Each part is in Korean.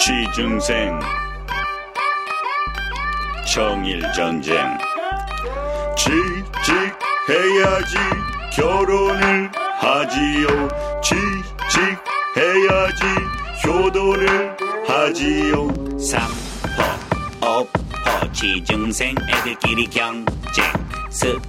취중생 정일전쟁 취직해야지 결혼을 하지요 취직해야지 효도를 하지요 삼포 오포 취중생 애들끼리 경쟁 스펙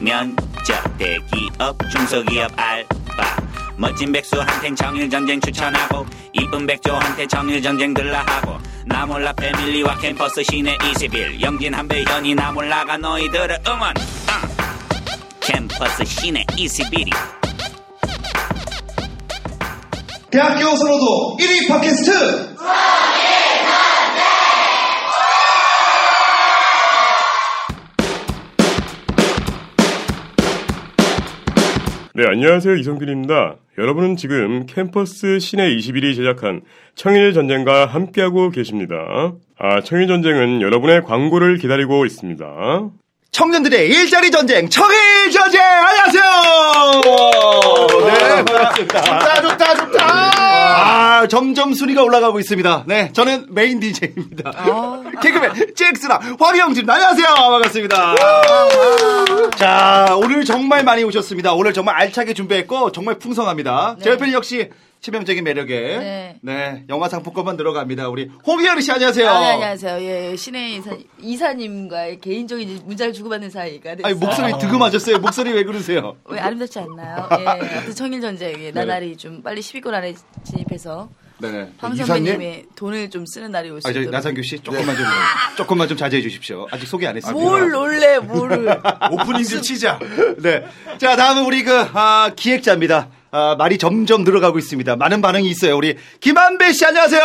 면접 대기업 중소기업 알바 멋진 백수한텐 정일전쟁 추천하고 이쁜 백조한테 정일전쟁 들라하고 나몰라 패밀리와 캠퍼스 시내 21 영진 한배현이 나몰라가 너희들을 응원 응. 캠퍼스 시내 21이 대학교 선호도 1위 팟캐스트 네, 안녕하세요. 이성균입니다. 여러분은 지금 캠퍼스 시내 21이 제작한 청일 전쟁과 함께하고 계십니다. 아, 청일 전쟁은 여러분의 광고를 기다리고 있습니다. 청년들의 일자리 전쟁, 청일 전쟁! 안녕하세요! 네, 반갑습니다. 좋다, 좋다, 좋다! 아, 점점 순위가 올라가고 있습니다. 네, 저는 메인 DJ입니다. 아. 개그맨, 잭스라, 화리형 집, 네, 안녕하세요! 반갑습니다. 자, 오늘 정말 많이 오셨습니다. 오늘 정말 알차게 준비했고, 정말 풍성합니다. 제 옆에는 역시, 치명적인 매력에, 네, 네. 영화 상품권만 들어갑니다. 우리 홍희연 씨, 안녕하세요. 아, 네, 안녕하세요. 예, 신의 이사, 이사님과의 개인적인 문자를 주고받는 사이가 됐어요. 아니, 목소리 드금하셨어요. 목소리 왜 그러세요? 왜 아름답지 않나요? 예, 아무튼 청일전쟁 예, 나날이 좀 빨리 10위권 안에 진입해서 네. 네네. 황 이사님? 선배님의 돈을 좀 쓰는 날이 올 수 아, 저 있도록. 나상규 씨 조금만 좀 조금만 좀 자제해 주십시오. 아직 소개 안 했습니다. 네. 뭘 놀래, 뭐를. 오프닝 좀 치자. 네. 자, 다음은 우리 그 아, 기획자입니다. 아, 말이 점점 늘어가고 있습니다. 많은 반응이 있어요. 우리 김한배 씨 안녕하세요.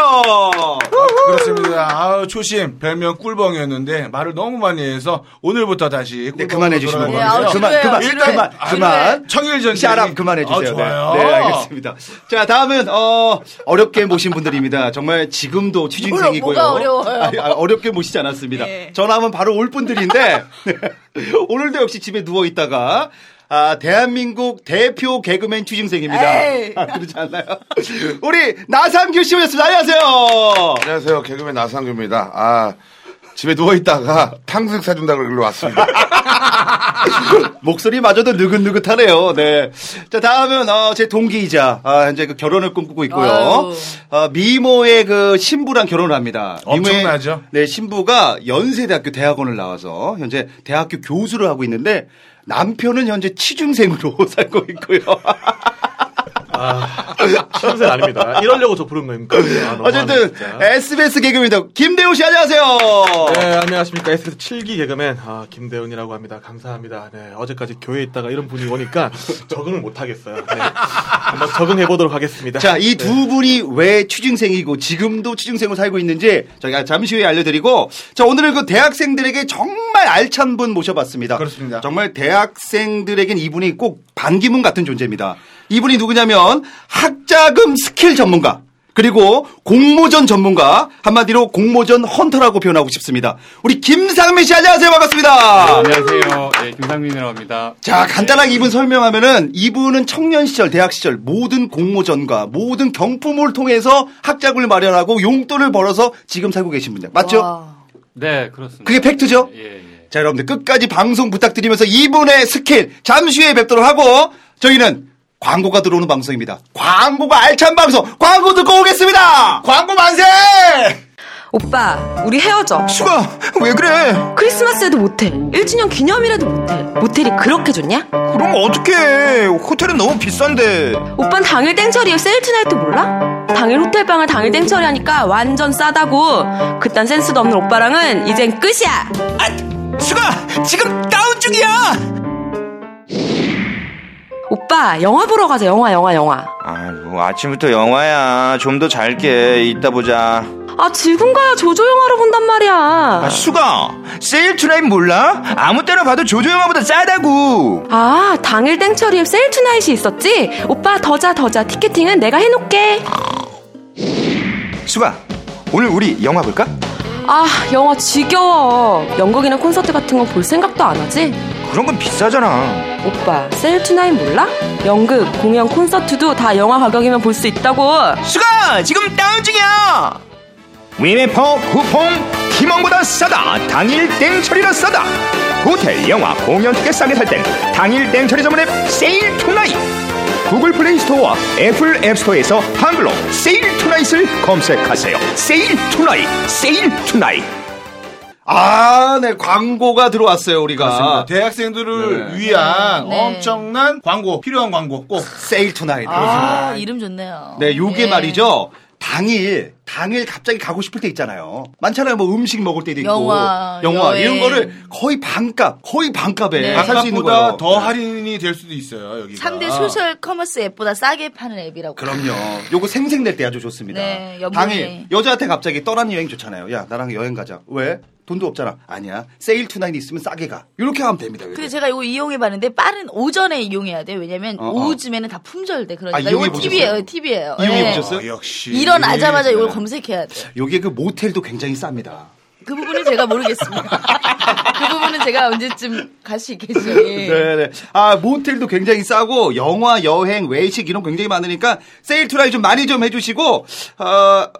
그렇습니다. 아 초심 별명 꿀벙이었는데 말을 너무 많이 해서 오늘부터 다시 네, 그만해 주시면 네, 고맙겠습니다. 아우, 그만 그만 지루해요, 그만 지루해. 그만. 지루해. 청일전쟁. 시아람 그만해 아, 주세요. 좋아요. 네. 네, 알겠습니다. 자, 다음은 어 어렵게 모신 분들입니다. 정말 지금도 취준생이고요. 뭐가 어려워요? 아니, 아, 어렵게 모시지 않았습니다. 예. 전화하면 바로 올 분들인데 네. 오늘도 역시 집에 누워 있다가 아, 대한민국 대표 개그맨 취준생입니다. 에이. 아, 그러지 않나요? 우리 나상규 씨 오셨습니다. 안녕하세요. 안녕하세요. 개그맨 나상규입니다. 아, 집에 누워있다가 탕수육 사준다고 일로 왔습니다. 목소리마저도 느긋느긋하네요. 네. 자, 다음은 어, 제 동기이자 아, 현재 그 결혼을 꿈꾸고 있고요. 아유. 어, 미모의 그 신부랑 결혼합니다. 미모의, 엄청나죠? 네, 신부가 연세대학교 대학원을 나와서 현재 대학교 교수를 하고 있는데 남편은 현재 취중생으로 살고 있고요. 취준생 아, 아닙니다. 이러려고 저 부른 겁니까? 아, 너무하네, 어쨌든 진짜. SBS 개그맨입니다. 김대우 씨 안녕하세요. 네, 안녕하십니까. SBS 7기 개그맨, 아, 김대훈이라고 합니다. 감사합니다. 네, 어제까지 교회에 있다가 이런 분이 오니까 적응을 못하겠어요. 네. 한번 적응해보도록 하겠습니다. 네. 자, 이 두 분이 왜 취준생이고 지금도 취준생으로 살고 있는지 저희가 잠시 후에 알려드리고 자, 오늘은 그 대학생들에게 정말 알찬 분 모셔봤습니다. 그렇습니다. 정말 대학생들에겐 이분이 꼭 반기문 같은 존재입니다. 이분이 누구냐면 학자금 스킬 전문가. 그리고 공모전 전문가 한마디로 공모전 헌터라고 표현하고 싶습니다. 우리 김상민 씨 안녕하세요 반갑습니다. 안녕하세요. 네, 김상민이라고 합니다. 자, 간단하게 이분 설명하면은 이분은 청년 시절, 대학 시절 모든 공모전과 모든 경품을 통해서 학작을 마련하고 용돈을 벌어서 지금 살고 계신 분이요 맞죠? 와. 네, 그렇습니다. 그게 팩트죠? 예, 예. 자, 여러분들 끝까지 방송 부탁드리면서 이분의 스킬 잠시 후에 뵙도록 하고 저희는 광고가 들어오는 방송입니다. 광고가 알찬 방송! 광고 듣고 오겠습니다! 광고 만세! 오빠, 우리 헤어져. 수가, 왜 그래? 크리스마스에도 모텔, 1주년 기념이라도 모텔. 모텔이 그렇게 좋냐? 그럼 어떡해. 호텔은 너무 비싼데. 오빤 당일 땡처리에 세일트나이트 몰라? 당일 호텔방을 당일 땡처리 하니까 완전 싸다고. 그딴 센스도 없는 오빠랑은 이젠 끝이야. 아, 수가, 지금 다운 중이야! 오빠, 영화 보러 가자. 영화, 영화, 영화. 아이고 아침부터 영화야 좀 더 잘게 이따 보자 아, 지금 가야 조조 영화를 본단 말이야. 아 수가 세일 투나잇 몰라? 아무 때나 봐도 조조 영화보다 싸다고 아, 당일 땡처리에 세일트나이트 있었지? 오빠, 더자, 더자. 티켓팅은 내가 해놓게. 수가 오늘 우리 영화 볼까? 아, 영화 지겨워. 연극이나 콘서트 같은 거 볼 생각도 안 하지? 그런 건 비싸잖아. 오빠 세일 투나잇 몰라? 연극, 공연, 콘서트도 다 영화 가격이면 볼 수 있다고. 수가 지금 다운 중이야. 위메퍼 쿠폰 팀원보다 싸다. 당일 땡처리라 싸다. 호텔, 영화, 공연 티켓 싸게 살 땐 당일 땡처리 전문앱 세일 투나잇. 구글 플레이 스토어와 애플 앱 스토어에서 한글로 세일 투나잇을 검색하세요. 세일 투나잇, 세일 투나잇. 아, 네, 광고가 들어왔어요, 우리가. 맞습니다. 아, 대학생들을 네. 위한 네. 엄청난 광고, 필요한 광고 꼭. 세일 투나잇. 아, 이름 좋네요. 네, 요게 네. 말이죠. 당일, 당일 갑자기 가고 싶을 때 있잖아요. 많잖아요. 뭐 음식 먹을 때도 있고. 영화, 영화 이런 여행. 거를 거의 반값, 거의 반값에 네. 살 수 있는 반값보다 거예요. 더 할인이 될 수도 있어요, 여기가. 3대 소셜 커머스 앱보다 싸게 파는 앱이라고. 아. 그럼요. 요거 생생될 때 아주 좋습니다. 네, 연봉이. 당일 여자한테 갑자기 떠나는 여행 좋잖아요. 야, 나랑 여행 가자. 왜? 돈도 없잖아. 아니야. 세일 투나잇 있으면 싸게 가. 이렇게 하면 됩니다. 근데 제가 이거 이용해 봤는데 빠른 오전에 이용해야 돼요. 왜냐면 어, 어. 오후쯤에 다품절돼 그러니까 아, 이거 이용해 TV예요. 보셨어요? TV예요. 네. 이용해 아, 보셨어요? 네. 역시. 일어나자마자 이걸 검색해야 돼. 요 요게 그 모텔도 굉장히 쌉니다. 그 부분은 제가 모르겠습니다. 그 부분은 제가 언제쯤 갈 수 있겠지. 예. 네네. 아, 모텔도 굉장히 싸고, 영화, 여행, 외식 이런 거 굉장히 많으니까, 세일 트라이 좀 많이 좀 해주시고, 어,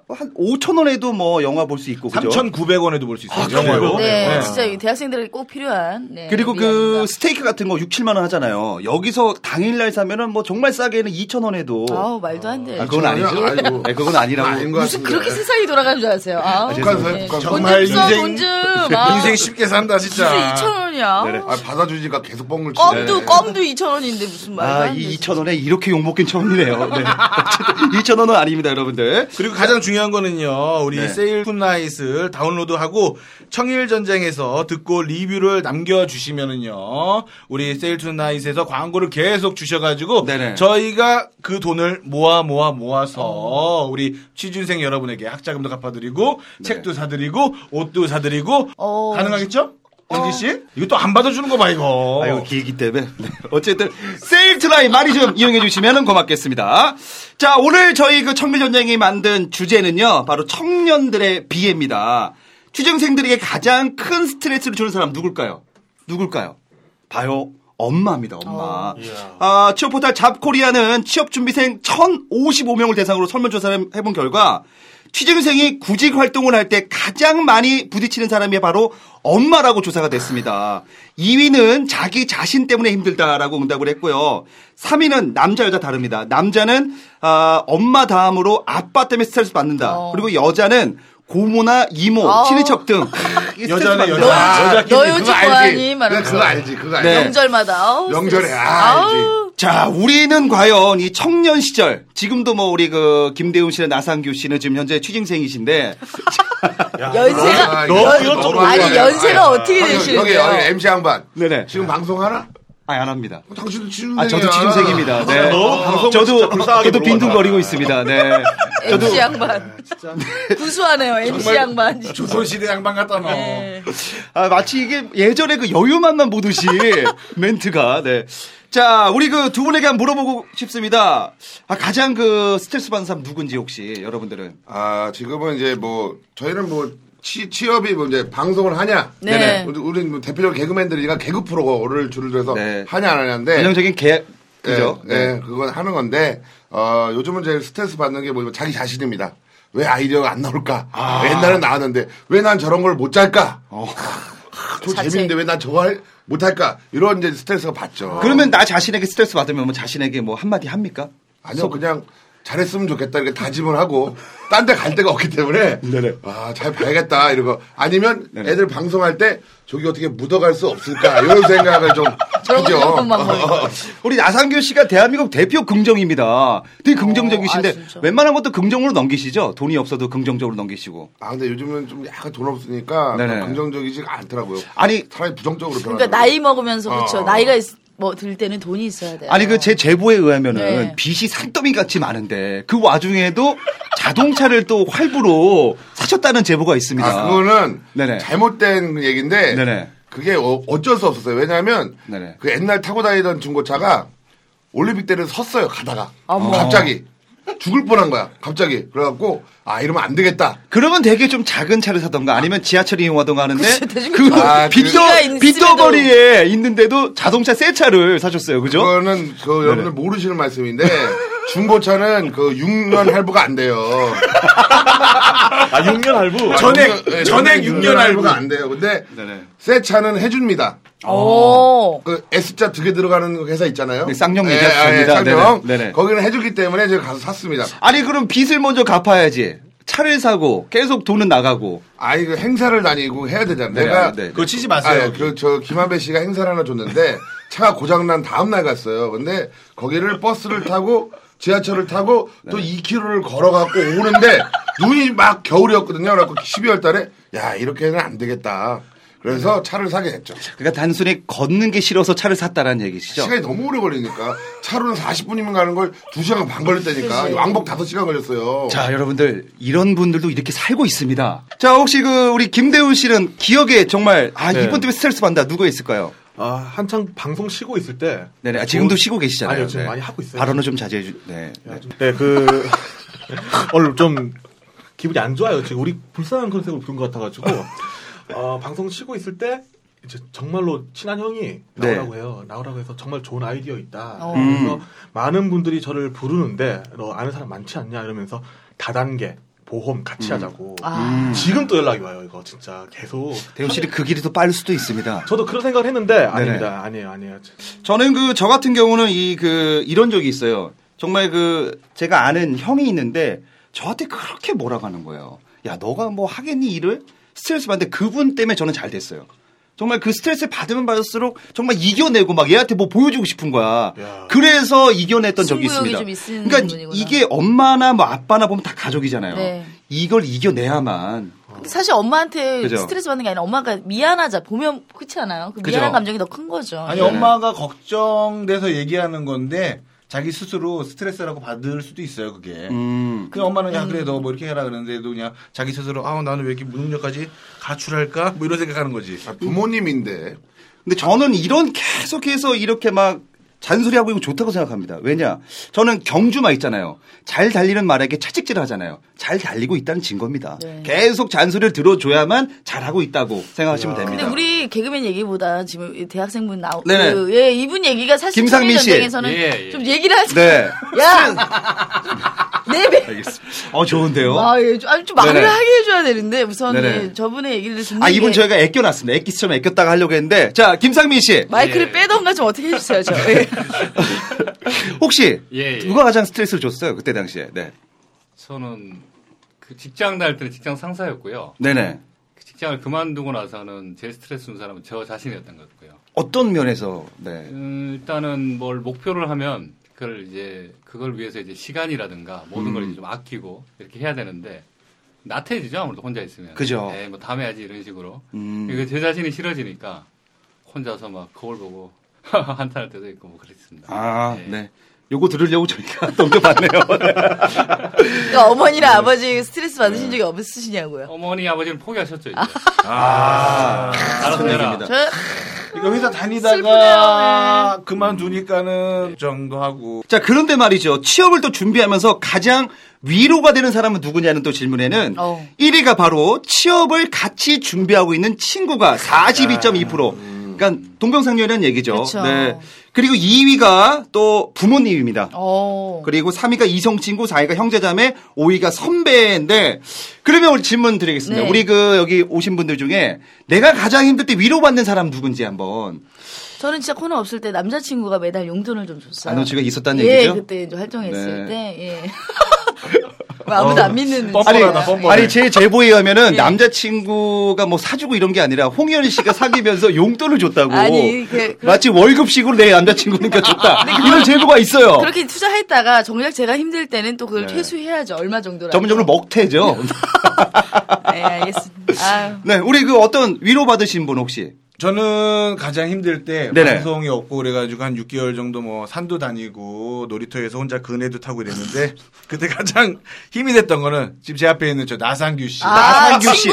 한 5천원에도 뭐 영화 볼 수 있고, 그죠? 3,900원에 도 볼 수 있어요. 아, 그래요? 네, 네. 진짜 이 대학생들에게 꼭 필요한. 네, 그리고 미안합니다. 그 스테이크 같은 거 6, 7만 원 하잖아요. 여기서 당일날 사면은 뭐 정말 싸게는 2천 원에도. 아우 말도 안 돼. 아, 그건 아니죠. 아이고. 네, 그건 아니라고. 무슨 그렇게 세상이 돌아가는 줄 아세요? 아우, 북한에서 네. 북한- 정말 돈 줍어, 돈 좀. 아. 인생 쉽게 산다 진짜. 무슨 2천 원이야. 아, 받아주니까 계속 뻥을 치네. 껌도 껌도 2천 원인데 무슨 말도 아, 안 돼. 이 2천 원에 이렇게 욕먹긴 처음이네요. 네. 2천 원은 아닙니다, 여러분들. 그리고 가장 중요한 거는요, 우리 네. 세일 굿나잇을 다운로드하고 청일전쟁에서 듣고 리뷰를 남겨주시면은요, 우리 세일 굿나잇에서 광고를 계속 주셔가지고, 네네. 저희가 그 돈을 모아 모아 모아서, 어. 우리 취준생 여러분에게 학자금도 갚아드리고, 네. 책도 사드리고, 옷도 사드리고, 어. 가능하겠죠? 어. 영기씨? 이거 또 안 받아주는 거 봐, 이거. 아이고 길기 때문에 네. 어쨌든 세일 트라이 많이 좀 이용해 주시면 고맙겠습니다. 자 오늘 저희 그 청밀전쟁이 만든 주제는요 바로 청년들의 비애입니다. 취준생들에게 가장 큰 스트레스를 주는 사람 누굴까요? 누굴까요? 봐요. 엄마입니다, 엄마. 아, 취업 포털 잡코리아는 취업 준비생 1,055명을 대상으로 설문조사를 해본 결과 취준생이 구직 활동을 할 때 가장 많이 부딪히는 사람이 바로 엄마라고 조사가 됐습니다. 2위는 자기 자신 때문에 힘들다라고 응답을 했고요. 3위는 남자 여자 다릅니다. 남자는 아, 엄마 다음으로 아빠 때문에 스트레스 받는다. 그리고 여자는 고모나 이모, 어. 친인척 등 여자네, 스트레스 받는다. 여자. 아, 너요 너요 그거 주관이 알지. 말하는 그거 알지. 그거 알지. 네. 명절마다 아우, 명절에 스트레스. 아, 알지. 아우, 자, 우리는 과연 이 청년 시절, 지금도 뭐 우리 그 김대훈 씨나 나상규 씨는 지금 현재 취직생이신데, 연세가 아, 너 이거 이거 좀 너무 아니, 아니야. 연세가 아니, 어떻게 아니, 되시는데요? 여기 여기 MC 양반. 네네. 지금 방송하나? 아니, 안 합니다. 당신도 취준생이야. 아, 저도 취준생입니다. 네. 너무 방송을 진짜 저도, 불쌍하게 저도 불러간다. 빈둥거리고 있습니다. 네. MC 양반 구수하네요. MC 양반. 조선시대 양반 같다, 너. 네. 아, 마치 이게 예전에 그 여유만만 보듯이 멘트가, 네. 자, 우리 그 두 분에게 한번 물어보고 싶습니다. 아, 가장 그 스트레스 받는 사람 누군지 혹시 여러분들은. 네. 아 지금은 이제 뭐 저희는 뭐 취, 취업이 뭐 이제 방송을 하냐. 네. 네네. 우리, 우리는 뭐 대표적 개그맨들이니까 개그 프로를 줄을 들어서 네. 하냐 안 하냐인데. 전형적인 네, 개, 그죠? 네. 예, 예, 그건 하는 건데 어, 요즘은 제일 스트레스 받는 게 뭐 자기 자신입니다. 왜 아이디어가 안 나올까? 옛날엔 나왔는데 왜 난 저런 걸 못 짤까? 어. 아, 저 자책. 재밌는데 왜 난 저거 할- 못할까? 이런 이제 스트레스가 받죠. 그러면 나 자신에게 스트레스 받으면 뭐 자신에게 뭐 한마디 합니까? 아니요 그냥 잘했으면 좋겠다 이렇게 다짐을 하고 딴 데 갈 데가 없기 때문에 아잘 봐야겠다 이러고 아니면 애들 방송할 때 저기 어떻게 묻어갈 수 없을까 이런 생각을 좀 저런 거 하죠. 조금만 보니까. 우리 나상규 씨가 대한민국 대표 긍정입니다. 되게 긍정적이신데 어, 아, 진짜. 웬만한 것도 긍정으로 넘기시죠? 돈이 없어도 긍정적으로 넘기시고. 아 근데 요즘은 좀 약간 돈 없으니까 네네. 긍정적이지 않더라고요. 아니 사람이 부정적으로 변하더라고요. 그러니까 나이 먹으면서 그쵸. 어. 나이가 뭐 들 때는 돈이 있어야 돼요. 아니 그 제 제보에 의하면은 네. 빚이 산더미 같이 많은데 그 와중에도 자동차를 또 활부로 사셨다는 제보가 있습니다. 아 그거는 네네. 잘못된 얘기인데 네네. 그게 어, 어쩔 수 없었어요. 왜냐하면 네네. 그 옛날 타고 다니던 중고차가 올림픽 때를 섰어요 가다가 어머. 갑자기 죽을 뻔한 거야. 갑자기. 그래갖고 아 이러면 안 되겠다. 그러면 되게 좀 작은 차를 사던가 아니면 지하철 이용하던가 하는데 그 대중교통. 빗더 아, 그- 빗더거리에 있는데도 자동차 새 차를 사셨어요, 그죠? 그거는 그 여러분들 모르시는 말씀인데 중고차는 그 6년 할부가 안 돼요. 아 6년 할부? 예, 전액 전액 전액 6년 6년 할부가 할부. 안 돼요. 근데 새 차는 해줍니다. 오. 그 S자 두 개 들어가는 그 회사 있잖아요. 쌍용 네, 얘기하셨습니다. 쌍용. 네네, 네네. 거기는 해주기 때문에 제가 가서 샀습니다. 아니 그럼 빚을 먼저 갚아야지. 차를 사고 계속 돈은 나가고. 아니 그 행사를 다니고 해야 되잖아. 네, 내가 아, 네, 네. 그거 치지 마세요, 아, 예. 거기. 그, 저 김한배 씨가 행사를 하나 줬는데 차가 고장 난 다음 날 갔어요. 근데 거기를 버스를 타고 지하철을 타고 또 2km를 걸어갖고 오는데 눈이 막 겨울이었거든요. 그래갖고 12월 달에 야 이렇게는 안 되겠다. 그래서 차를 사게 됐죠. 그러니까 단순히 걷는 게 싫어서 차를 샀다라는 얘기시죠. 시간이 너무 오래 걸리니까 차로는 40분이면 가는 걸 2시간 반 걸렸다니까 그치. 왕복 5시간 걸렸어요. 자, 여러분들 이런 분들도 이렇게 살고 있습니다. 자, 혹시 그 우리 김대훈 씨는 기억에 정말 아 네. 이분 때문에 스트레스 받는다. 누가 있을까요? 아 한창 방송 쉬고 있을 때 네네. 아, 지금도 쉬고 계시잖아요. 뭐, 아니요, 지금 네. 많이 하고 있어요. 발언을 좀 자제해 주. 네. 네그 오늘 좀 기분이 안 좋아요. 지금 우리 불쌍한 컨셉으로 부른 것 같아가지고 어, 방송 쉬고 있을 때 이제 정말로 친한 형이 네. 나오라고 해요. 나오라고 해서 정말 좋은 아이디어 있다. 어. 그래서 음. 많은 분들이 저를 부르는데 너 아는 사람 많지 않냐 이러면서 다단계 보험 같이 음. 하자고 아. 지금 또 연락이 와요. 이거 진짜 계속 대훈 씨는 그 길이 또 빠를 수도 있습니다. 저도 그런 생각을 했는데 아닙니다. 네네. 아니에요, 아니에요. 저는 그 저 같은 경우는 이 그 이런 적이 있어요. 정말 그 제가 아는 형이 있는데 저한테 그렇게 몰아가는 거예요. 야 너가 뭐 하겠니 일을 스트레스 받는데 그분 때문에 저는 잘 됐어요. 정말 그 스트레스 받으면 받을수록 정말 이겨내고 막 얘한테 뭐 보여주고 싶은 거야. 그래서 이겨냈던 적이 승부욕이 있습니다. 좀 있는 그러니까 분이구나. 이게 엄마나 뭐 아빠나 보면 다 가족이잖아요. 네. 이걸 이겨내야만 근데 사실 엄마한테 그죠. 스트레스 받는 게 아니라 엄마가 미안하자 보면 그렇지 않아요? 그 그죠. 미안한 감정이 더 큰 거죠. 아니 네. 엄마가 걱정돼서 얘기하는 건데 자기 스스로 스트레스라고 받을 수도 있어요 그게. 음. 그 엄마는 야 그래 너 뭐 이렇게 해라 그러는데도 그냥 자기 스스로 아 나는 왜 이렇게 무능력까지 가출할까 뭐 이런 생각하는 거지. 부모님인데. 근데 저는 이런 계속해서 이렇게 막 잔소리하고 이거 좋다고 생각합니다. 왜냐? 저는 경주마 있잖아요. 잘 달리는 말에게 채찍질 하잖아요. 잘 달리고 있다는 증거입니다. 네. 계속 잔소리를 들어줘야만 잘하고 있다고 생각하시면 근데 됩니다. 우리 개그맨 얘기보다 지금 이 대학생분 나오 네네. 그, 예, 이분 얘기가 사실 김상민 청일 씨. 전쟁에서는 예, 예. 좀 얘기를 하지. 네. 야, 내 배. 어, 좋은데요? 아, 예, 좀, 아니, 좀 말을 네네. 하게 해줘야 되는데 우선 네네. 예, 저분의 얘기를 듣는 아, 이분 게 저희가 애껴놨습니다. 애끼 처럼 애꼈다가 하려고 했는데. 자, 김상민 씨. 마이크를 빼던가 좀 어떻게 해주세요, 저. 예. 혹시 예, 예. 누가 가장 스트레스를 줬어요? 그때 당시에. 네. 저는 그 직장 다닐 때는 직장 상사였고요. 네네. 그 직장을 그만두고 나서는 제일 스트레스 준 사람은 저 자신이었던 것 같고요. 어떤 면에서, 네. 음, 일단은 뭘 목표를 하면 그걸 이제 그걸 위해서 이제 시간이라든가 모든 걸 음. 이제 좀 아끼고 이렇게 해야 되는데 나태해지죠 아무래도 혼자 있으면. 그죠. 네, 뭐 다음에 하지 이런 식으로. 음. 이거 제 자신이 싫어지니까 혼자서 막 거울 보고 한탄할 때도 있고 뭐 그랬습니다. 아, 네. 요거 들으려고 저희가 넘겨봤네요. 그러니까 어머니랑 아버지 스트레스 받으신 적이 없으시냐고요. 어머니 아버지는 포기하셨죠. 이제. 아, 알아서 해라. 저 그러니까 회사 다니다가 그만두니까는 걱정도 하고. 자, 그런데 말이죠. 취업을 또 준비하면서 가장 위로가 되는 사람은 누구냐는 또 질문에는 어. 1위가 바로 취업을 같이 준비하고 있는 친구가 42.2%. 그러니까 동병상련이라는 얘기죠. 그쵸. 네. 그리고 2위가 또 부모님입니다. 어. 그리고 3위가 이성 친구, 4위가 형제자매, 5위가 선배인데 그러면 우리 질문 드리겠습니다. 네. 우리 그 여기 오신 분들 중에 내가 가장 힘들 때 위로받는 사람 누군지 한번 저는 진짜 코너 없을 때 남자친구가 매달 용돈을 좀 줬어요. 안호씨가 있었다는 예, 얘기죠? 그때 이제 네. 활동했을 때. 예. 뭐 아무도 안 믿는. 아니, 아니, 제 제보에 의하면은 예. 남자친구가 뭐 사주고 이런 게 아니라 홍현 씨가 사귀면서 용돈을 줬다고. 아니, 그- 그- 마치 월급식으로 내 남자친구니까 줬다. 이런 제보가 있어요. 그렇게 투자했다가 정작 제가 힘들 때는 또 그걸 네. 회수해야죠. 얼마 정도라. 전문적으로 먹태죠. 네, 알겠습니다. 아유. 네, 우리 그 어떤 위로 받으신 분 혹시? 저는 가장 힘들 때 네네. 방송이 없고 그래가지고 한 6개월 정도 뭐 산도 다니고 놀이터에서 혼자 그네도 타고 이랬는데 그때 가장 힘이 됐던 거는 지금 제 앞에 있는 저 나상규 씨. 나상규 씨.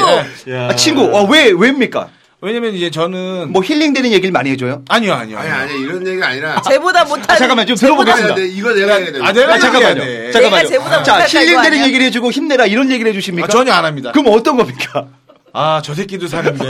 네. 아, 친구, 어, 왜, 왜입니까? 왜냐면 이제 저는 뭐 힐링되는 얘기를 많이 해줘요? 아니요 아니요 아니 아니 이런 얘기가 아니라 쟤보다 못한. 잠깐만 좀 들어보겠습니다. 이거 내가 해야 돼. 아, 내가 아, 잠깐만요. 얘기해야 돼. 잠깐만요. 내가 쟤보다 자 못할 거 힐링되는 아니야? 얘기를 해주고 힘내라 이런 얘기를 해주십니까? 아, 전혀 안 합니다. 그럼 어떤 겁니까? 아, 저 새끼도 사는데.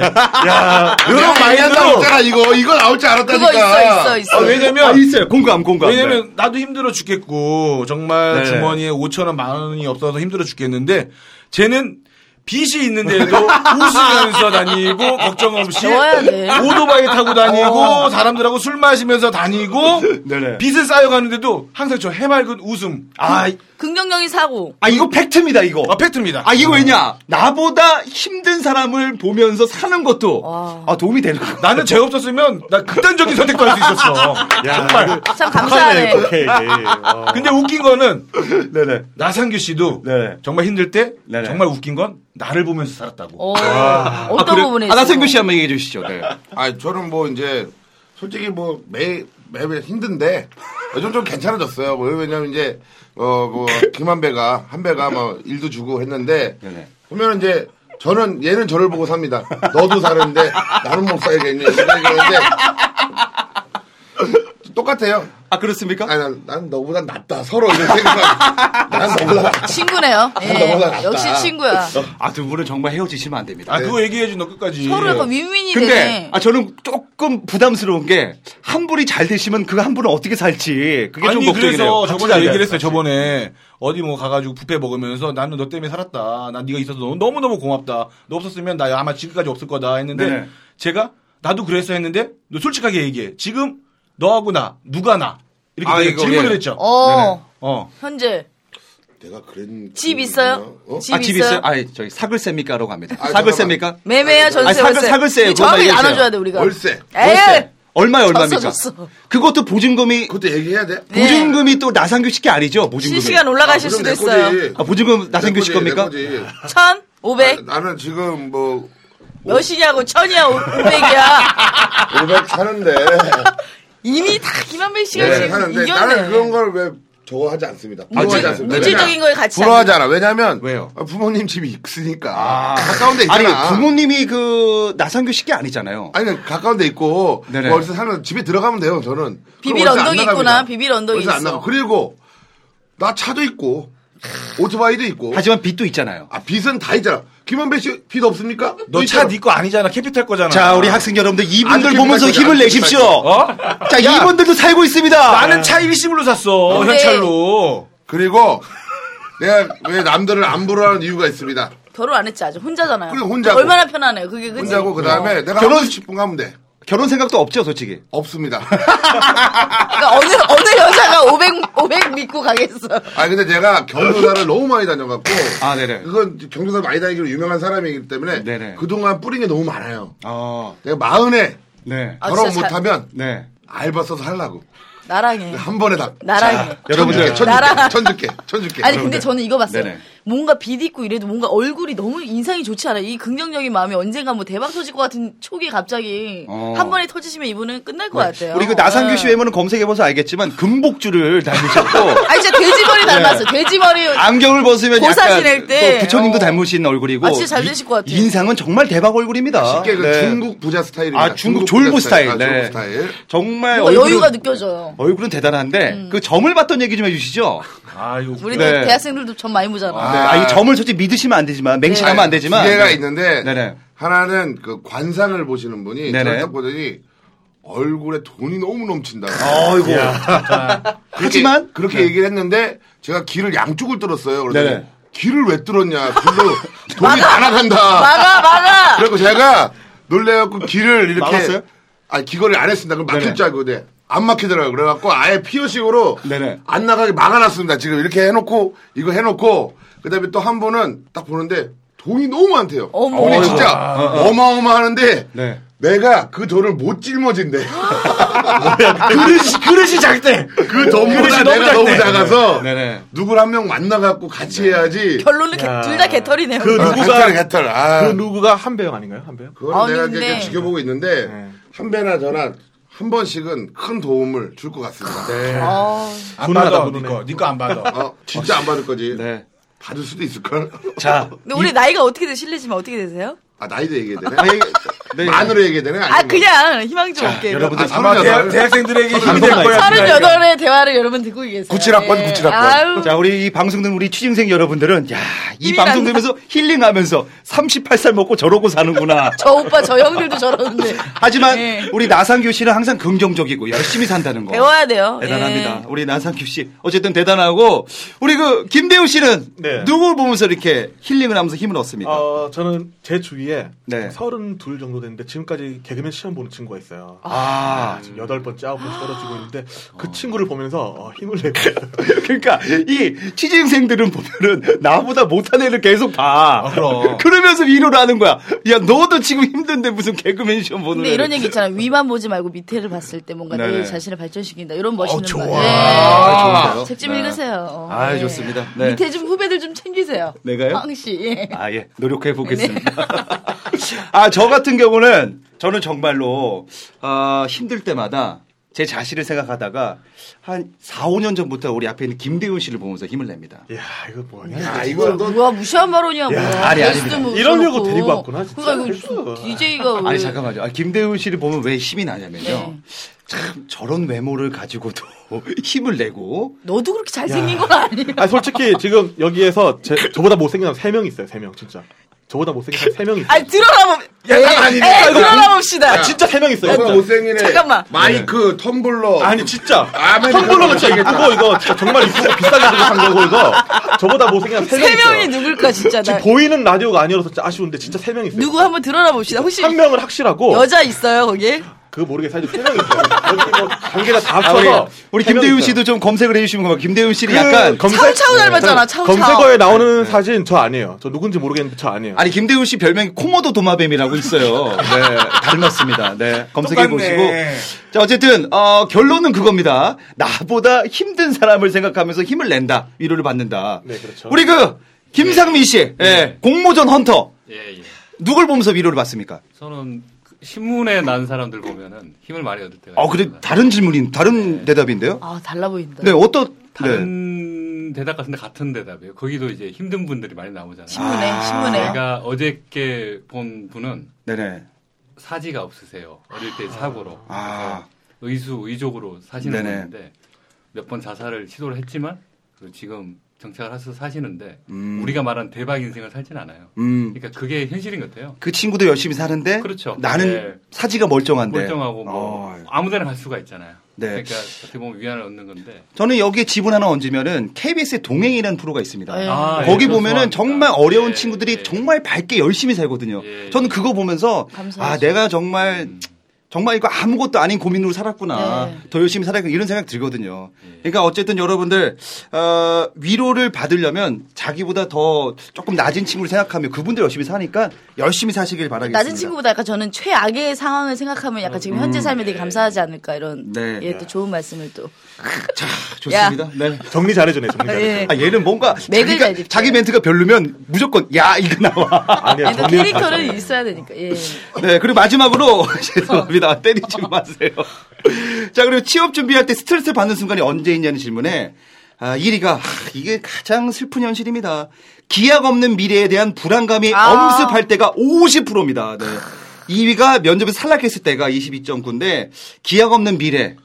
이런 많이 한다 없잖아 이거 이거 나올 줄 알았다니까. 그거 그러니까. 있어 있어 있어. 아, 왜냐면 있어요. 공감 공감. 왜냐면 나도 힘들어 죽겠고 정말 뭐 네. 주머니에 5천 원, 만 원이 없어서 힘들어 죽겠는데 쟤는 빚이 있는데도 웃으면서 다니고 걱정 없이 배워야 돼. 오토바이 타고 어. 다니고 사람들하고 술 마시면서 다니고 네, 빚을 쌓여가는데도 항상 저 해맑은 웃음 아, 긍정적인 사고. 아 이거 팩트입니다 이거. 아, 팩트입니다. 아 이거 왜냐? 나보다 힘든 사람을 보면서 사는 것도 와. 아 도움이 되는 거. 나는 죄 없었으면 나 극단적인 선택도 할 수 있었어. 정말. 아, 참 감사하네. 오케이. 그, 근데 웃긴 거는 네네. 나상규 씨도 네. 정말 힘들 때 네네. 정말 웃긴 건 나를 보면서 살았다고. 어, 어떤 부분에 아 있어? 나성규 씨 한번 얘기해 주시죠. 네. 아 저는 뭐 이제 솔직히 뭐 매일 매일 힘든데 요즘 좀 괜찮아졌어요. 뭐 왜냐면 이제 어 뭐 김한배가 한배가 뭐 일도 주고 했는데 보면 이제 저는 얘는 저를 보고 삽니다. 너도 사는데 나는 못 살겠니? 이러는데 똑같아요. 아 그렇습니까? 아니 난, 난 너보다 낫다 서로 이런 생각. 난 너보다 낫다. 친구네요. 너무 예. 잘한다. 역시 친구야. 아 두 분은 정말 헤어지시면 안 됩니다. 아 그거 얘기해 준너 끝까지. 서로 약간 윈윈이 근데 되네. 아 저는 조금 부담스러운 게 한 분이 잘 되시면 그 한 분은 어떻게 살지 그게 좀 아니 걱정이네요. 그래서 저번에 같이 얘기를 했어요. 살아야지. 저번에 어디 뭐 가가지고 뷔페 먹으면서 나는 너 때문에 살았다. 난 네가 있어서 너무 너무 고맙다. 너 없었으면 나 아마 지금까지 없을 거다 했는데 네네. 제가 나도 그랬어 했는데 너 솔직하게 얘기해. 지금 너하고 나 누가 나 이렇게 아, 내가 이거, 질문을 예. 했죠. 어, 어. 현재 내가 그랬. 집 있어요? 어? 집, 아, 집 있어요? 아, 저기 사글세입니까로 갑니다. 아, 사글세입니까? 매매야 전세 아니, 사글- 월세. 사글세예요. 이거 정확하게 그것만 나눠줘야 얘기해요. 돼 우리가. 월세. 에이. 얼마에 얼마입니까? 졌어, 졌어. 그것도 보증금이 그것도 얘기해야 돼. 네. 보증금이 또 나상규 씨게 아니죠? 보증금이. 실시간 올라가실 그럼 수도 내 있어요. 거지. 아, 보증금 나상규 씨 내 거지, 겁니까? 내 거지. 아, 천, 오백. 나, 는 지금 뭐 몇이냐고 천이야, 오- 오백이야. 500 사는데 이미 다 김한배 씨가 네, 지금 사는데 이겼네. 나는 그런 걸 왜 저거 하지 않습니다. 부러워하지 않습니다. 물질적인 거에 같이. 부러워하지 않아. 왜냐면 왜요? 아, 부모님 집이 있으니까 가까운 데 아니, 있잖아. 부모님이 그 나상규 씨게 아니잖아요. 아니 그냥 가까운 데 있고 네네. 뭐 어디서 사는 집에 들어가면 돼요. 저는 비빌 그럼 월세 안 언덕이 나갑니다. 있구나. 비빌 언덕이 월세 안 있어. 나가. 그리고 나 차도 있고 오토바이도 있고. 하지만 빚도 있잖아요. 아 빚은 다 있잖아. 김한배 씨 빚 없습니까? 너 차 네 거 아니잖아. 캐피탈 거잖아. 자, 우리 학생 여러분들 이분들 아주 보면서 기분 힘을 나쁘지, 아주 내십시오. 기분 어? 자, 이분들도 살고 있습니다. 네. 나는 차 1심으로 샀어. 근데- 현찰로. 그리고 내가 왜 남들을 안 부러워하는 이유가 있습니다. 결혼 안 했지 아직 혼자잖아요. 그래, 혼자고. 얼마나 편하네요. 그게 그치? 혼자고 그 다음에 내가 네. 결혼- 결혼 싶은 거 하면 돼. 결혼 생각도 없죠, 솔직히. 없습니다. 그러니까 어느 어느 여자가 500 500 믿고 가겠어. 아 근데 제가 경조사를 너무 많이 다녀갖고 아, 네네. 그건 경조사 많이 다니기로 유명한 사람이기 때문에 네네. 그동안 뿌린 게 너무 많아요. 어, 내가 마흔에 네. 아, 결혼 진짜 잘- 못하면 네. 알바 써서 하려고 나랑 해. 한 번에 다 나랑 해. 여러분들 나랑- 천줄게 천줄게 아니 근데 저는 이거 봤어요. 네네. 뭔가 빚 있고 이래도 뭔가 얼굴이 너무 인상이 좋지 않아요. 이 긍정적인 마음이 언젠가 뭐 대박 터질 것 같은 촉이 갑자기 어. 한 번에 터지시면 이분은 끝날 것 같아요. 우리 그 나상규 씨 네. 외모는 검색해봐서 알겠지만 금복주를 닮으셨고 아니 진짜 네. 돼지머리 닮았어. 요 돼지머리 안경을 벗으면 고사 약간 지낼 때. 또 부처님도 어. 닮으신 얼굴이고 아, 진짜 잘 되실 것 같아요. 인상은 정말 대박 얼굴입니다. 쉽게 그 네. 중국 부자 스타일이야 아 중국 졸부 스타일. 아, 네. 졸부 스타일 정말 뭔가 얼굴은, 여유가 느껴져요. 얼굴은 대단한데 음. 그 점을 봤던 얘기 좀 해주시죠. 아, 이거 우리 네. 대학생들도 전 많이 보잖아. 네. 아, 이 점을 솔직히 믿으시면 안 되지만 맹신하면 안 되지만 두 개가 네. 있는데 네네. 하나는 그 관상을 보시는 분이 네네. 저를 딱 보더니 얼굴에 돈이 너무 넘친다. 어이구. 그렇게- 아, 하지만 그렇게 네. 얘기를 했는데 제가 길을 양쪽을 뚫었어요. 그래서 네네. 길을 왜 뚫었냐? 길로 돈이 다 나간다. 막아 막아. 그래고 제가 놀래갖고 길을 이렇게 막았어요? 아 기거를 안 했습니다. 그럼 막힐 네네. 줄 알고 근데 안 막히더라고요. 그래갖고 아예 피어식으로 네네. 안 나가게 막아놨습니다. 지금 이렇게 해놓고 이거 해놓고 그다음에 또 한 분은 딱 보는데 돈이 너무 많대요. 어머. 돈이 진짜 어마어마하는데 아, 네. 내가 그 돈을 못 짊어진대. 아, 그릇이 그릇이 작대. 그 돈보다 너무 내가 너무 작네. 작아서 네네. 네. 누굴 한 명 만나갖고 같이 해야지. 결론은 둘 다 개털이네요. 그 아, 누구가- 개털 개털. 아. 그 누구가 한배영 아닌가요? 한배영? 그걸 아니, 내가 근데- 이제 지켜보고 있는데 네. 한 배나 저나 한 번씩은 큰 도움을 줄 것 같습니다. 아, 안 분하다, 받아. 분해. 니꺼. 니꺼 안 받아. 어, 진짜 안 받을 거지. 네. 받을 수도 있을 걸. 자. 근데 우리 나이가 어떻게 되실래지만 어떻게 되세요? 아 나이도 얘기해야 되네. 아, 얘기- 만으로 얘기해야 되네? 아 그냥 희망 좀 자, 얻게. 여러분들 서 아마 대학- 대학생들에게 힘이 될 거야, 여덟의 대화를 여러분 듣고 계세요. 네. 아유, 자, 우리 이 방송 듣는 우리 취준생 여러분들은 야, 이 힘이 방송 난다. 들으면서 힐링하면서 38살 먹고 저러고 사는구나. 저 오빠 저 형들도 저러는데 하지만 네. 우리 나상규 씨는 항상 긍정적이고 열심히 산다는 거. 배워야 돼요. 어, 예. 대단합니다. 네. 우리 나상규 씨 어쨌든 대단하고 우리 그 김대우 씨는 누구 보면서 이렇게 힐링을 하면서 힘을 얻습니까? 어, 저는 제 주위에 네. 32 정도 됐는데 지금까지 개그맨 시험 보는 친구가 있어요. 아. 지금 여덟 번째 아홉 번째 떨어지고 있는데 그 친구를 보면서 어, 힘을 내고 그러니까 이 취준생들은 보면은 나보다 못한 애를 계속 봐. 그럼. 그러면서 위로를 하는 거야. 야 너도 지금 힘든데 무슨 개그맨 시험 보는 근데 이런 애를. 얘기 있잖아. 위만 보지 말고 밑에를 봤을 때 뭔가 네네. 어, 내 자신을 발전시킨다. 이런 멋있는 말. 좋아. 네. 아, 좋은데요? 책 좀 네. 읽으세요. 어, 아 네. 좋습니다. 네. 밑에 좀 후배들 좀 챙기세요. 내가요? 황씨. 예. 아, 예. 노력해 보겠습니다. 아, 저 같은 경우는 저는 정말로 아, 힘들 때마다 제 자신을 생각하다가 한 4, 5년 전부터 우리 앞에 있는 김대훈 씨를 보면서 힘을 냅니다. 야, 이거 뭐냐? 아, 뭐야 무시한 발언이야. 야, 뭐야. 아니, 게스트 아닙니다. 뭐 이러려고 써놓고. 데리고 왔구나, 진짜. 그러니까 이거 DJ가 왜 아니 잠깐만요. 아, 김대훈 씨를 보면 왜 힘이 나냐면요. 네. 참 저런 외모를 가지고도 힘을 내고 너도 그렇게 잘생긴 건 아니야. 아 솔직히 지금 여기에서 제, 저보다 못생긴 사람 3명 있어요. 3명 진짜. 저보다 못생긴 사람 3명 있어요. 아니 들어라 봅. 예, 에이, 들어라 봅시다. 아, 진짜 3명 있어요. 야, 진짜. 못생긴 애. 네. 잠깐만. 마이크, 텀블러. 아니 진짜. 아메리카노 텀블러가 진짜 모르겠다. 이쁘고 이거 진짜 정말 이쁘고 비싸게 주고 산 거고 이거 저보다 못생긴 사람 3명 세 있어요. 명이 누굴까 진짜 나 지금 보이는 라디오가 아니어서 진짜 아쉬운데 진짜 3명 있어요. 누구 한번 들어라 봅시다. 혹시 한 명은 확실하고 여자 있어요 거기? 그거 모르겠어요. 아직 3명 있어요. 여기 뭐 관계가 다 아, 우리, 합쳐서 우리 세 명이 김대훈 있어요. 씨도 좀 검색을 해주시면 고마워. 김대훈 씨는 그 약간 차우차우 닮았잖아, 차우차우. 네. 검색어에 나오는 사진 저 아니에요. 저 누군지 모르겠는데 저 아니에요. 아니 김대훈 씨 별명이 코모도 도마뱀이라고 있어요. 네, 닮았습니다. 네, 검색해 보시고. 똑같네. 자, 어쨌든 어, 결론은 그겁니다. 나보다 힘든 사람을 생각하면서 힘을 낸다, 위로를 받는다. 네, 그렇죠. 우리 그 김상민 씨, 예, 공모전 헌터 예, 예. 누굴 보면서 위로를 받습니까? 저는 그 신문에 난 사람들 보면은 힘을 많이 얻을 네. 때가 어, 그래 다른 질문인, 다른 대답인데요. 아 달라 보인다. 네, 어떤 네. 다른 대답 같은데 같은 대답이에요. 거기도 이제 힘든 분들이 많이 나오잖아요. 신문에, 신문에요? 그러니까. 제가 어저께 본 분은 네네. 사지가 없으세요. 어릴 때 사고로 아. 의수 의족으로 사시는 네네. 분인데 몇 번 자살을 시도를 했지만 그리고 지금 정착을 해서 사시는데 음. 우리가 말한 대박 인생을 살진 않아요. 음. 그러니까 그게 현실인 것 같아요. 그 친구도 열심히 사는데 그렇죠. 나는 네. 사지가 멀쩡한데 네. 어, 멀쩡하고 뭐 예. 아무데나 갈 수가 있잖아요. 네. 그러니까 어떻게 보면 위안을 얻는 건데 저는 여기에 지분 하나 얹으면은 KBS의 동행이라는 프로가 있습니다. 네. 아, 예. 거기 예, 보면은 좋습니다. 예, 정말 어려운 친구들이 정말 밝게 열심히 살거든요. 저는 그거 보면서 아 내가 정말 음. 정말 이거 아무것도 아닌 고민으로 살았구나. 네. 더 열심히 살아야 이런 생각 들거든요. 예. 그러니까 어쨌든 여러분들 어, 위로를 받으려면 자기보다 더 조금 낮은 친구를 생각하며 그분들 열심히 사니까 열심히 사시길 바라겠습니다. 낮은 친구보다 약간 저는 최악의 상황을 생각하면 약간 지금 현재 삶에 되게 감사하지 않을까 이런 네. 예, 또 좋은 말씀을 또 좋습니다. 네. 정리 잘해주네, 정리 잘해줘. 아, 얘는 뭔가 맥을 자기가, 잘 짚죠. 자기 멘트가 별로면 무조건 야 이거 나와. 예. 아니야. 그래도 캐릭터는 있어야 되니까 예. 네, 그리고 마지막으로 죄송합니다. 때리지 마세요. 자, 그리고 취업 준비할 때 스트레스 받는 순간이 언제있냐는 질문에 아, 1위가 이게 가장 슬픈 현실입니다. 기약 없는 미래에 대한 불안감이 아. 엄습할 때가 50%입니다. 네. 2위가 면접에서 탈락했을 때가 22.9인데 기약 없는 미래.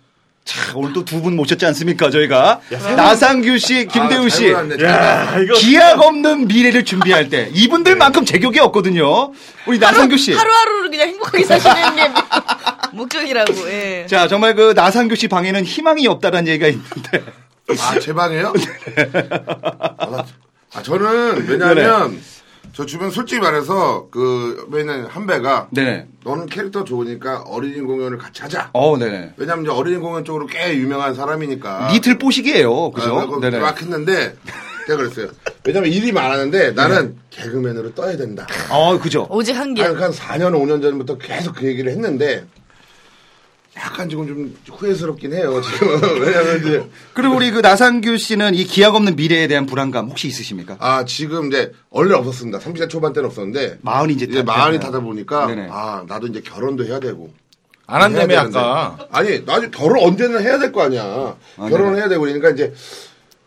자, 오늘 또 두 분 모셨지 않습니까, 저희가? 네. 나상규 씨, 김대우 아, 씨. 잘 골랐네, 잘 야, 골랐네. 이거- 기약 없는 미래를 준비할 때 네. 이분들만큼 제격이 없거든요. 우리 네, 나상규 씨. 하루하루를 그냥 행복하게 사시는 게뭐 목- 목적이라고 예. 자, 정말 그 나상규 씨 방에는 희망이 없다라는 얘기가 있는데. 아, 제 방에요? 아, 저는 왜냐하면 저 주변 솔직히 말해서 그 왜냐면 한배가 네네. 너는 캐릭터 좋으니까 어린이 공연을 같이 하자. 어, 네네. 왜냐면 이제 어린이 공연 쪽으로 꽤 유명한 사람이니까. 니틀 뽀식이에요. 아, 아. 그죠? 그거 네네. 막 했는데 제가 그랬어요. 왜냐면 일이 많았는데 나는 개그맨으로 떠야 된다. 어, 그죠? 오직 한 개. 한 4년, 5년 전부터 계속 그 얘기를 했는데 약간 지금 좀 후회스럽긴 해요. 지금 왜냐면 이제 그리고 우리 그 나상규 씨는 이 기약 없는 미래에 대한 불안감 혹시 있으십니까? 아 지금 이제 원래 없었습니다. 30대 초반 때는 없었는데 예, 마흔이 이제 다 마흔이 됐네요. 다다 보니까 네네. 아 나도 이제 결혼도 해야 되고 안 한다며, 해야 되는데. 아까. 아니 나 이제 결혼 언제는 해야 될 거 아니야. 아, 결혼을 네네. 해야 되고 그러니까 이제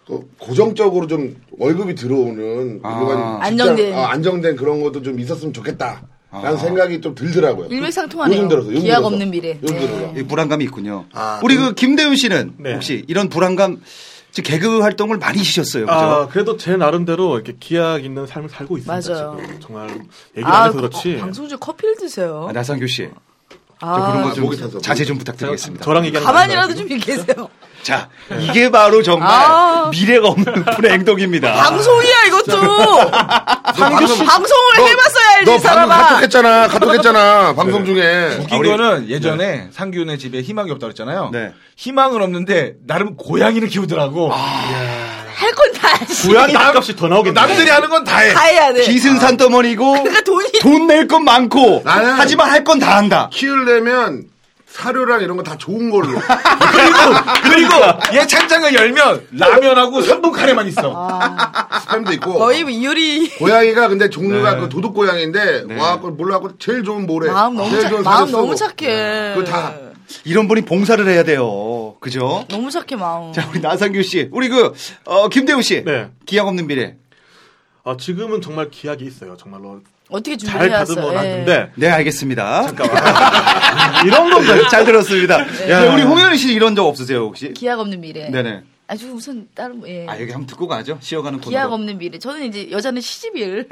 또 고정적으로 좀 월급이 들어오는 일반 직장- 안정된. 아, 안정된 그런 것도 좀 있었으면 좋겠다. 라는 생각이 좀 들더라고요. 일맥상통하네요. 요즘 들어서, 요즘 기약 들어서. 없는 미래. 요즘 네. 예. 들어서. 이 불안감이 있군요. 우리 그 김대훈 씨는 혹시 이런 불안감 즉 개그 활동을 많이 쉬셨어요. 그죠? 아, 그래도 제 나름대로 이렇게 기약 있는 삶을 살고 있습니다. 맞아요. 지금. 정말 얘기를 안 아, 해서 그렇지. 어, 방송 중에 커피를 드세요. 아, 나상규 씨. 아, 저 그런 목이 거 타서, 좀 자제 목이 좀 부탁드리겠습니다. 네, 저랑 얘기하는 가만히라도 좀 얘기하세요. 자, 이게 바로 정말 아. 미래가 없는 분의 행동입니다. 방송이야 이것도. 방금- 방송을 해봤어야 알지 너 방금 이 사람아. 카톡했잖아. 카톡했잖아. 방송 네. 중에. 웃긴 거는 예전에 상균의 집에 희망이 없다 그랬잖아요. 네. 희망은 없는데 나름 고양이를 키우더라고. 할 건 다 알지. 고양이 값이 더 나오겠네. 남들이 하는 건 다 해. 다 해야 돼. 네. 기승산 떠머니고 그러니까 돈이 돈 낼 건 많고 나는- 하지만 할 건 다 한다. 키우려면 사료랑 이런 거 다 좋은 걸로. 그리고 얘 창장을 열면 라면하고 3분 카레만 있어. 스팸도 있고. 거의 뭐 이효리 고양이가 근데 네. 종류가 그 도둑 고양인데 와 그걸 몰라갖고 제일 좋은 네. 모래. 마음 너무 제일 착 좋은 마음 사료 너무 쓰고. 착해. 그거 다 이런 분이 봉사를 해야 돼요. 그죠? 너무 착해 마음. 자, 우리 나상규 씨. 우리 그 어, 김대훈 씨. 네. 기약 없는 미래. 아, 지금은 정말 기약이 있어요. 정말로 어떻게 예. 잘 준비해왔어? 다듬어 놨는데 네, 알겠습니다. 이런 겁니다. 잘 들었습니다. 네, 우리 홍현 씨 이런 적 없으세요, 혹시? 기약 없는 미래. 네네. 아주 우선 다른 예. 아, 뭐. 여기 한번 듣고 가죠. 쉬어가는 코너. 기약 없는 미래. 저는 이제 여자는 시집일.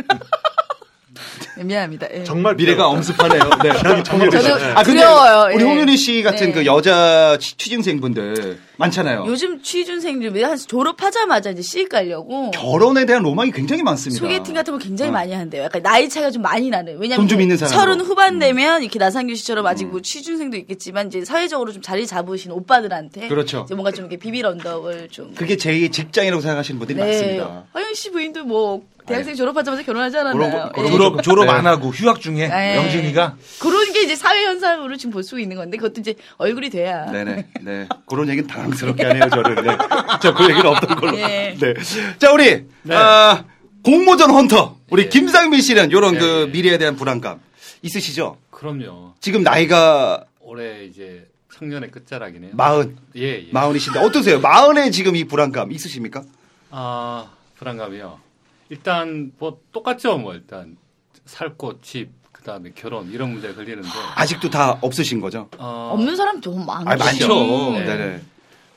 네, 미안합니다. 예. 정말 미래가 엄습하네요. 음. 네. 정말 저도 네. 아, 근데 두려워요. 우리 예. 홍윤희 씨 같은 네. 그 여자 취- 취준생분들 많잖아요. 요즘 취준생들 한 졸업하자마자 이제 시집 가려고 결혼에 대한 로망이 굉장히 많습니다. 어. 소개팅 같은 걸 굉장히 많이 한대요. 약간 나이 차이가 좀 많이 나는. 왜냐면 돈뭐좀 있는 사람으로. 음. 서른 후반 되면 이렇게 나상규 씨처럼 아직 뭐 취준생도 있겠지만 이제 사회적으로 좀 자리 잡으신 오빠들한테 그렇죠. 이제 뭔가 좀 이렇게 비빌 언덕을 좀 그게 제 직장이라고 생각하시는 분들이 네. 많습니다. 화영 씨 부인도 뭐 대학생 졸업하자마자 결혼하지 그런 거- 않았나요? 예. 그런 거- 졸업 졸업 안 하고 휴학 중에 네. 영진이가 그런 게 이제 사회 현상으로 지금 볼 수 있는 건데 그것도 이제 얼굴이 돼야. 네네. 네. 그런 얘기는 당황스럽게 하네요, 저를. 네. 저 그 얘기는 없던 걸로. 예. 네. 자, 우리, 아, 공모전 헌터. 우리 김상민 씨는 이런 그 미래에 대한 불안감 있으시죠? 그럼요. 지금 나이가 올해 이제 청년의 끝자락이네요. 마흔, 예, 예. 마흔이신데 어떠세요? 마흔에 지금 이 불안감 있으십니까? 아, 불안감이요. 일단 뭐 똑같죠, 뭐 일단 살고 집 그다음에 결혼 이런 문제에 걸리는데 아직도 다 없으신 거죠? 어, 없는 사람 너무 많죠. 음. 아, 많죠. 네. 네네.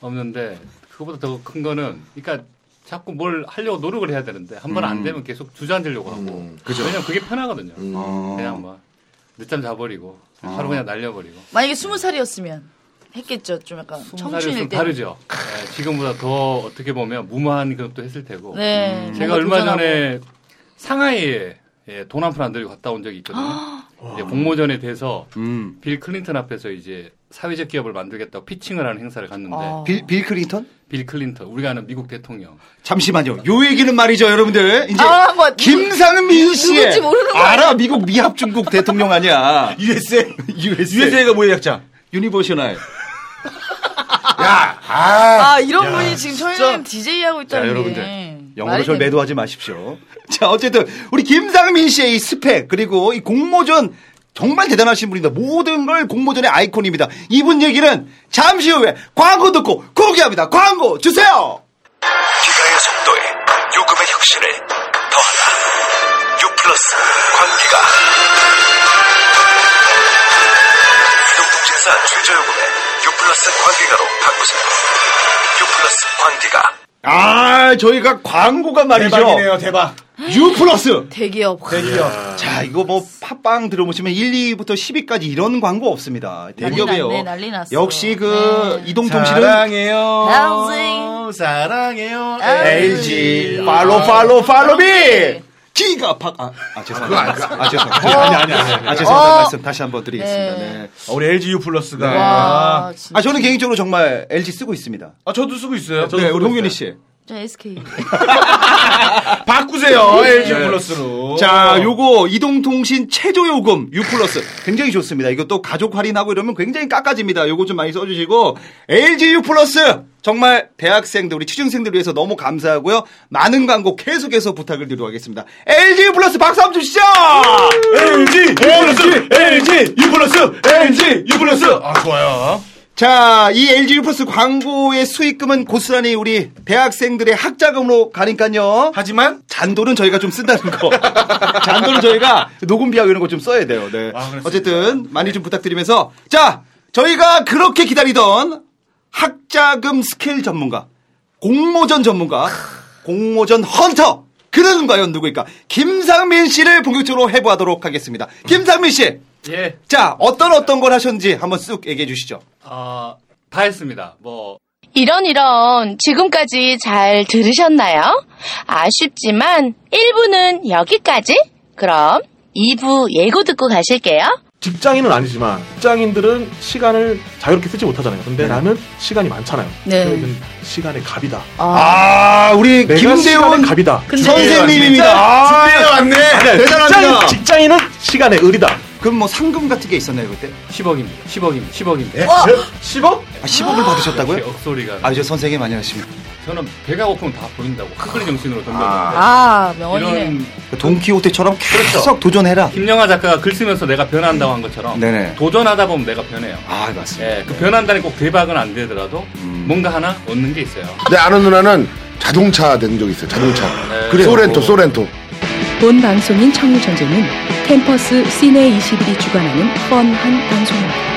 없는데 그거보다 더 큰 거는 그러니까 자꾸 뭘 하려고 노력을 해야 되는데 한 번 안 되면 계속 주저앉으려고 하고 왜냐면 그게 편하거든요. 그냥 뭐 늦잠 자버리고 하루 그냥 날려버리고 만약에 스무 살이었으면 했겠죠. 좀 약간 청춘일 좀 때. 다르죠. 네, 지금보다 더 어떻게 보면 무모한 것도 했을 테고 음. 네. 제가 뭔가 얼마 도전하고. 전에 상하이에 예, 돈 한 푼 안 들고 갔다 온 적이 있거든요. 아. 이제 공모전에 대해서 음. 빌 클린턴 앞에서 이제 사회적 기업을 만들겠다고 피칭을 하는 행사를 갔는데 아. 빌, 빌 클린턴? 빌 클린턴 우리가 아는 미국 대통령 잠시만요. 요 얘기는 말이죠, 여러분들. 이제 아, 뭐, 누구- 김상민 씨의 누군지 모르는 거 알아 미국 미합 중국 대통령 아니야. USA USA. USA가 뭐의 약자? 네, 유니버셔널. 아, 이런 분이 지금 청년 DJ 하고 자, 있다는 게. 여러분들. 영어로 말이 절 됩니다. 매도하지 마십시오. 자, 어쨌든 우리 김상민 씨의 이 스펙 그리고 이 공모전 정말 대단하신 분입니다. 모든 걸 공모전의 아이콘입니다. 이분 얘기는 잠시 후에 광고 듣고 공개합니다. 광고 주세요. 기가의 속도에 요금의 혁신을 더한다. 유 플러스 광기가 이동통신사 최저요금에 유 플러스 광기가로 바꾸세요. 유 플러스 광기가 아, 저희가 광고가 말이죠. 대박이네요 대박. U 플러스. 대기업. 아. 자, 이거 뭐 팟빵 들어보시면 1, 2부터 10위까지 이런 광고 없습니다. 대기업이에요. 난리 났네, 난리 났어. 역시 그 네. 이동통신은 사랑해요. Housing. 사랑해요. 아. 예. LG 아. 팔로 팔로 네. 팔로미 기가 팍. 아, 아 죄송합니다. 아 어. 죄송합니다. 아니 아니 아니. 아 죄송하다는 어. 말씀 다시 한번 드리겠습니다. 네. 네. 아, 우리 LG U 플러스가. 와, 진짜. 아 저는 개인적으로 정말 LG 쓰고 있습니다. 아, 저도 쓰고 있어요. 네, 우리 홍윤희 씨. 저 SK. 바꾸세요. LG 예. U 플러스로. 자, 요거 이동통신 최저 요금 U 플러스 굉장히 좋습니다. 이거 또 가족 할인하고 이러면 굉장히 깎아집니다. 요거 좀 많이 써주시고 LG U 플러스 정말 대학생들 우리 취준생들 위해서 너무 감사하고요. 많은 광고 계속해서 부탁을 드리도록 하겠습니다. LG U 플러스 박수 한번 주시죠. LG U 플러스. LG U 플러스. LG U 플러스. 아, 좋아요. 자, 이 LG 유플러스 광고의 수익금은 고스란히 우리 대학생들의 학자금으로 가니까요. 하지만 잔돈은 저희가 좀 쓴다는 거. 잔돈은 저희가 녹음비하고 이런 거 좀 써야 돼요. 네. 어쨌든 많이 좀 부탁드리면서 자, 저희가 그렇게 기다리던 학자금 스킬 전문가, 공모전 전문가, 공모전 헌터. 그는 과연 누구일까? 김상민 씨를 본격적으로 해보도록 하겠습니다. 김상민 씨. 예. 자, 어떤 어떤 걸 하셨는지 한번 쑥 얘기해 주시죠. 아, 다 했습니다. 뭐 이런 이런 지금까지 잘 들으셨나요? 아쉽지만 1부는 여기까지. 그럼 2부 예고 듣고 가실게요. 직장인은 아니지만 직장인들은 시간을 자유롭게 쓰지 못하잖아요. 근데 네. 나는 시간이 많잖아요. 네. 그러면 시간의 갑이다. 아, 우리 내가 김대원 시간의 갑이다. 근데- 아, 선생님입니다. 준비해왔네. 아니야, 대단합니다. 직장인, 직장인은 시간의 을이다. 그럼 뭐 상금 같은 게 있었나요 그때? 10억입니다. 10억입니다. 10억입니다. 10억? 아, 10억을 받으셨다고요? 억소리가. 아, 이제 선생님 안녕하십니까. 저는 배가 고프면 다 보인다고 큰그리 정신으로 덤벼는데 아, 명언이네. 이런 돈키호테처럼 계속 도전해라. 김영하 작가가 글 쓰면서 내가 변한다고 한 것처럼 네네. 도전하다 보면 내가 변해요. 아, 맞습니다. 예, 그 변한다는 꼭 대박은 안 되더라도 음. 뭔가 하나 얻는 게 있어요. 내 아는 누나는 자동차 된 적 있어요. 자동차. 네. 그래. 그래요. 소렌토, 소렌토. 본 방송인 청일전쟁은 캠퍼스 시내 21이 주관하는 뻔한 방송입니다.